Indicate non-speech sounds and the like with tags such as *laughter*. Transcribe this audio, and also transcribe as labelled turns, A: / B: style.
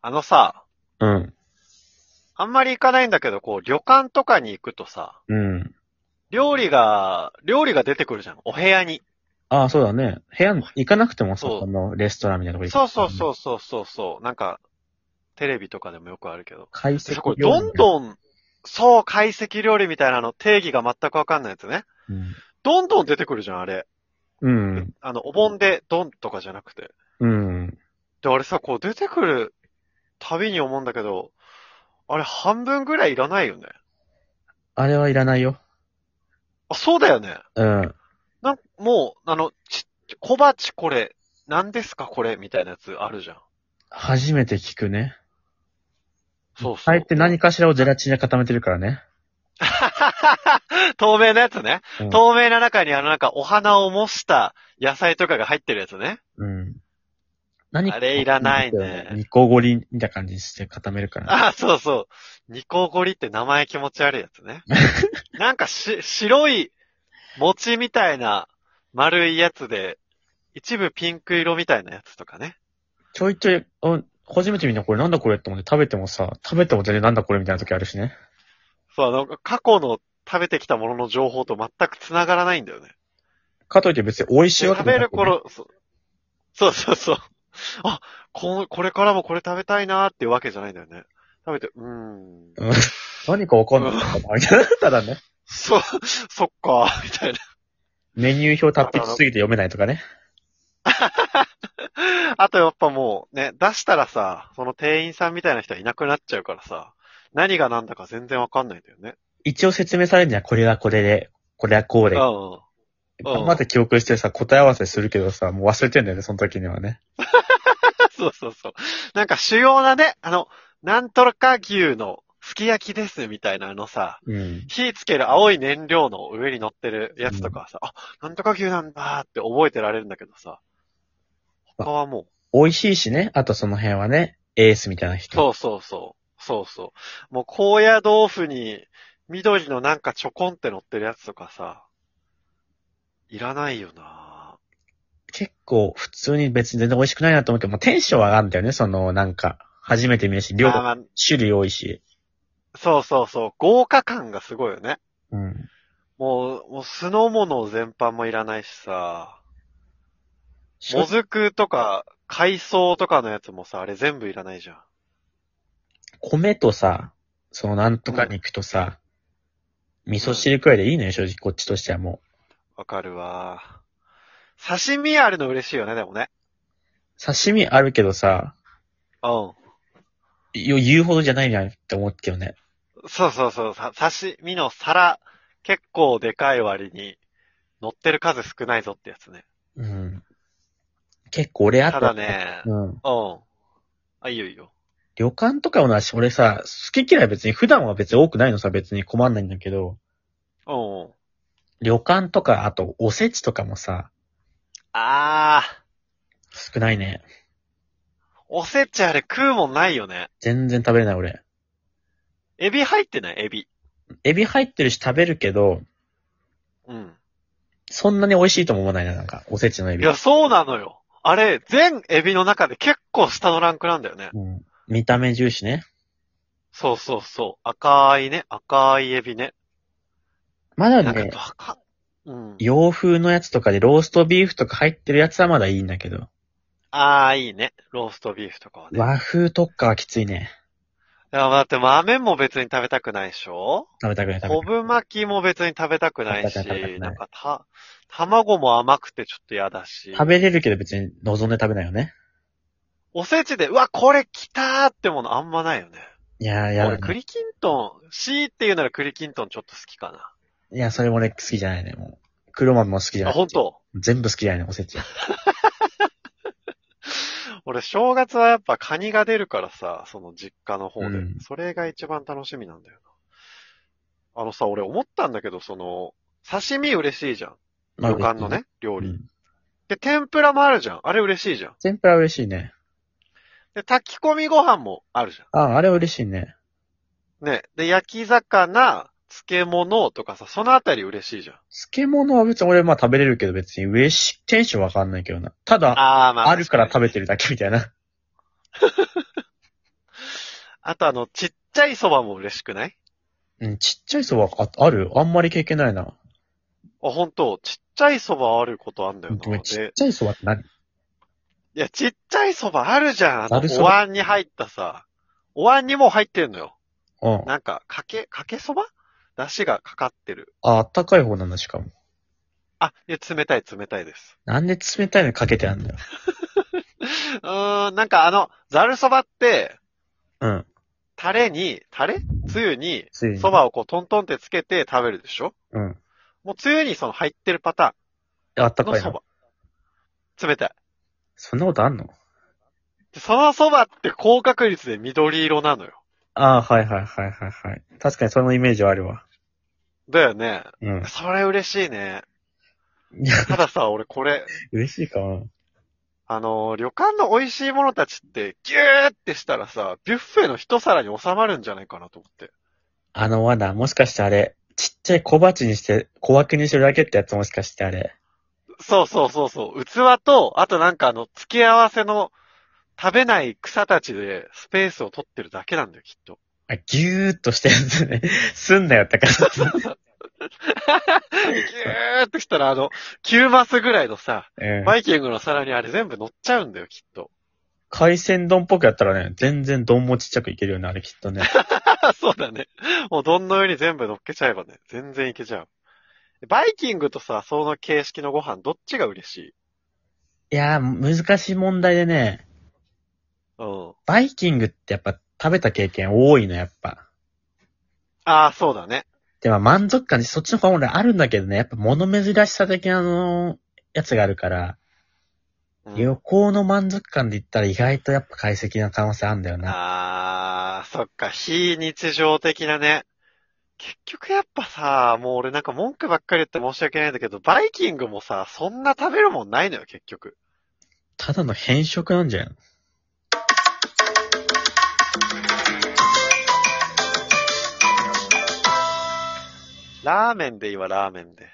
A: あのさ、
B: うん。
A: あんまり行かないんだけど、こう、旅館とかに行くとさ、
B: うん。
A: 料理が、料理が出てくるじゃん。お部屋に。
B: ああ、そうだね。部屋、行かなくてもさ、
A: そう
B: このレストランみたいなとこ行く
A: そうそうそうそうそうそう。なんか、テレビとかでもよくあるけど。
B: 解析
A: そこ、どん
B: ん。
A: どん、そう、解析料理みたいなの、定義が全くわかんないやつね。
B: うん。
A: どんどん出てくるじゃん、あれ。
B: うん。
A: あの、お盆で、ドンとかじゃなくて。
B: うん。
A: で、あれさ、こう、出てくるたびに思うんだけど、あれ、半分ぐらいいらないよね。
B: あれはいらないよ。
A: あ、そうだよね。
B: うん。
A: なん、もう、あの、ち、小鉢これ、何ですかこれみたいなやつあるじゃん。
B: 初めて聞くね。
A: そうそう。
B: あれって何かしらをゼラチンで固めてるからね。
A: *laughs* 透明なやつね。
B: うん
A: 透明な中にあのなんかお花を模した野菜とかが入ってるやつね。
B: うん。何
A: あれいらないね
B: ニコゴリみたいな感じにして固めるから、ね。
A: あ、そうそう。ニコゴリって名前気持ち悪いやつ
B: *laughs*
A: ね。なんかし、白い餅みたいな丸いやつで、一部ピンク色みたいなやつとかね。
B: ちょいちょい、うん初めて見たこれなんだこれって思って食べてもさ、食べても全然なんだこれみたいな時あるしね。
A: そう、あの、過去の食べてきたものの情報と全く繋がらないんだよね。
B: かといって別に美味しいわけ
A: 食
B: じゃ
A: べ
B: な
A: る
B: くてね
A: 頃、そうそうそうそう。あ、ここれからもこれ食べたいなーっていうわけじゃないんだよね。食べて、うーん。
B: うん何かわかんないか *laughs* なみたいな。ただね。
A: そ、そっかー、みたいな。
B: メニュー表達筆しすぎて読めないとかね。
A: あとやっぱもうね、出したらさ、その店員さんみたいな人はいなくなっちゃうからさ、何が何だか全然わかんないんだよね。
B: 一応説明されるにはこれはこれで、これはこうで。
A: うん。うん
B: 頑張って記憶してさ、答え合わせするけどさ、もう忘れてんだよね、その時にはね。
A: そうそうそう。なんか主要なね、あの、なんとか牛のすき焼きですみたいなあのさ、
B: うん。
A: 火つける青い燃料の上に乗ってるやつとかはさ、あ、なんとか牛なんだーって覚えてられるんだけどさ、他はもう、
B: 美味しいしね、あとその辺はね、エースみたいな人。
A: そうそうそう、そうそう。もう高野豆腐に緑のなんかちょこんって乗ってるやつとかさ、いらないよな
B: 結構、普通に別に全然美味しくないなと思うけど、まあ、テンション上がるんだよね、その、なんか、初めて見るし、
A: ぁ
B: 量、
A: まあま
B: 種類多いし。
A: あそうそうそう、豪華感がすごいよね。
B: うん。
A: もう、もう酢の物全般もいらないしさ、も
B: 正
A: ずくとか海藻とかのやつもさ、あれ全部いらないじゃん。
B: 米とさ、そのなんとか肉とさ、味噌汁くらいでいいのよ、正直こっちとしてはもう。
A: わかるわ。刺身あるの嬉しいよね、でもね。
B: 刺身あるけどさ、
A: うん。
B: よ言うほどじゃないなって思うけどね。
A: そうそうそう。さ刺身の皿、結構でかい割に、乗ってる数少ないぞってやつね。
B: うん。結構俺あった
A: ただ。ね、
B: うん。
A: うん。あ、いいよいいよ。
B: 旅館とかもなし、俺さ、好き嫌い別に、普段は別に多くないのさ、別に困んないんだけど、
A: うんうん。
B: 旅館とか、あと、おせちとかもさ、
A: あ
B: 少ないね。
A: ー、おせちあれ食うもんないよね。
B: 全然食べれない俺。
A: エビ入ってないエビ。
B: エビ入ってるし食べるけど、
A: うん。
B: そんなに美味しいとも思わないな、なんか、おせちのエ
A: い
B: ビ。
A: や、そうなのよ。あれ、全エビの中で結構下のランクなんだよね。
B: うん。見た目重視ね。
A: そうそうそう。赤いね、赤いエビね。
B: まだ
A: なんか
B: ね、
A: バカ。うん。
B: 洋風のやつとかでローストビーフとか入ってるやつはまだいいんだけど、
A: ああ、いいね。ローストビーフとかはね。
B: 和風とかはきついね。
A: いや、だって豆も別に食べたくないでしょ
B: 食べたくない、食べたくない
A: 昆布巻きも別に食べたくないし、
B: 食べたくない食べたくない
A: なんかた、卵も甘くてちょっと嫌だし、
B: 食べれるけど別に望んで食べないよね。
A: おせちで、うわ、これ来たーってものあんまないよね。
B: いやー、いや
A: 俺、
B: だね、
A: 栗きんとん、C っていうなら栗きんとんちょっと好きか
B: いや、それもね、好きじゃないね、もう。黒豆も好きじゃ
A: な。あ、
B: ない。
A: ほんと
B: 全部好きじゃないね、おせち。
A: 俺、正月はやっぱカニが出るからさ、その実家の方で。
B: うん
A: それが一番楽しみなんだよな。あのさ、俺思ったんだけど、その、刺身嬉しいじゃん。
B: まあ
A: 旅館のね、料
B: う
A: 理。
B: ん。
A: で、天ぷらもあるじゃん。あれ嬉しいじゃん。
B: 天ぷら嬉しいね。
A: で、炊き込みご飯もあるじゃん。
B: あ、あれ嬉しいね。
A: ね。で、焼き魚、漬物とかさ、そのあたり嬉しいじゃん。
B: 漬物は別に俺まあ食べれるけど別に嬉しい。テンションわかんないけどな。ただ、
A: ああ、ま
B: あるから食べ
A: て。
B: てるだけみたいな。
A: あとあの、ちっちゃい蕎麦も嬉しくない
B: うん、ちっちゃい蕎麦ああるあんまり経験ないな。
A: あ、本当ちっちゃい蕎麦あることあんだよ
B: ごめ
A: な。
B: んちっ
A: で、
B: ちゃい蕎麦って何
A: いや、ちっちゃい蕎麦あるじゃん。あの
B: ざる、そば
A: お椀に入ったさ。お椀にもう入ってんのよ。
B: うん。
A: なんか、かけ、かけ蕎麦出汁がかかってる。
B: あ、あったかい方なんだ、しかも。
A: あ、いや、冷たい、冷たいです。
B: なんで冷たいのかけてあんだよ。
A: うーん、なんかあの、ざる蕎麦って、
B: うん。
A: タレに、タレつゆに、
B: ついに。
A: 蕎麦をこうトントンってつけて食べるでしょ
B: うん。
A: もうつゆにその入ってるパタ
B: あった
A: ーンの
B: かい
A: 蕎
B: の
A: 麦。冷たい。
B: そんなことあんの
A: でその蕎麦って高確率で緑色なのよ。
B: ああ、はいはいはいはいはい。確かにそのイメージはあるわ。
A: だよね。
B: うん。 *laughs*
A: それ嬉しいね。
B: いや、
A: たださ、 *laughs* 俺これ、
B: 嬉しいかな。
A: あのー旅館の美味しいものたちって、ギューってしたらさ、ビュッフェの一皿に収まるんじゃないかなと思って。
B: あの罠、もしかしてあれ、ちっちゃい小鉢にして、小枠にしてるだけってやつもしかしてあれ。
A: そうそうそうそう。器と、あとなんかあの、付け合わせの、食べない草たちでスペースを取ってるだけなんだよ、きっと。
B: あ、ぎゅーっとしたやつね。 *laughs* すんなよ、高さ。
A: ギューってしたらあの、9マスぐらいのさ、
B: うん。
A: バイキングの皿にあれ全部乗っちゃうんだよ、きっと。
B: 海鮮丼っぽくやったらね、全然丼もちっちゃくいけるよね、あれきっ *laughs* とね。
A: そうだね。もうどんの上に全部乗っけちゃえばね、全然いけちゃう。バイキングとさ、その形式のご飯、どっちが嬉しい
B: いやー、難しい問題でね、
A: うん。
B: バイキングってやっぱ食べた経験多いの、やっぱ。
A: ああ、そうだね。
B: でも満足感、そっちの方が俺あるんだけどね、やっぱ物珍しさ的なあの、やつがあるから、
A: うん
B: 旅行の満足感で言ったら意外とやっぱ解析の可能性あるんだよな。
A: あー、そっか、非日常的なね。結局やっぱさ、もう俺なんか文句ばっかり言って申し訳ないんだけど、バイキングもさ、そんな食べるもんないのよ、結局。
B: ただの変色なんじゃん。
A: ラーメンでいいわ、ラーメンで。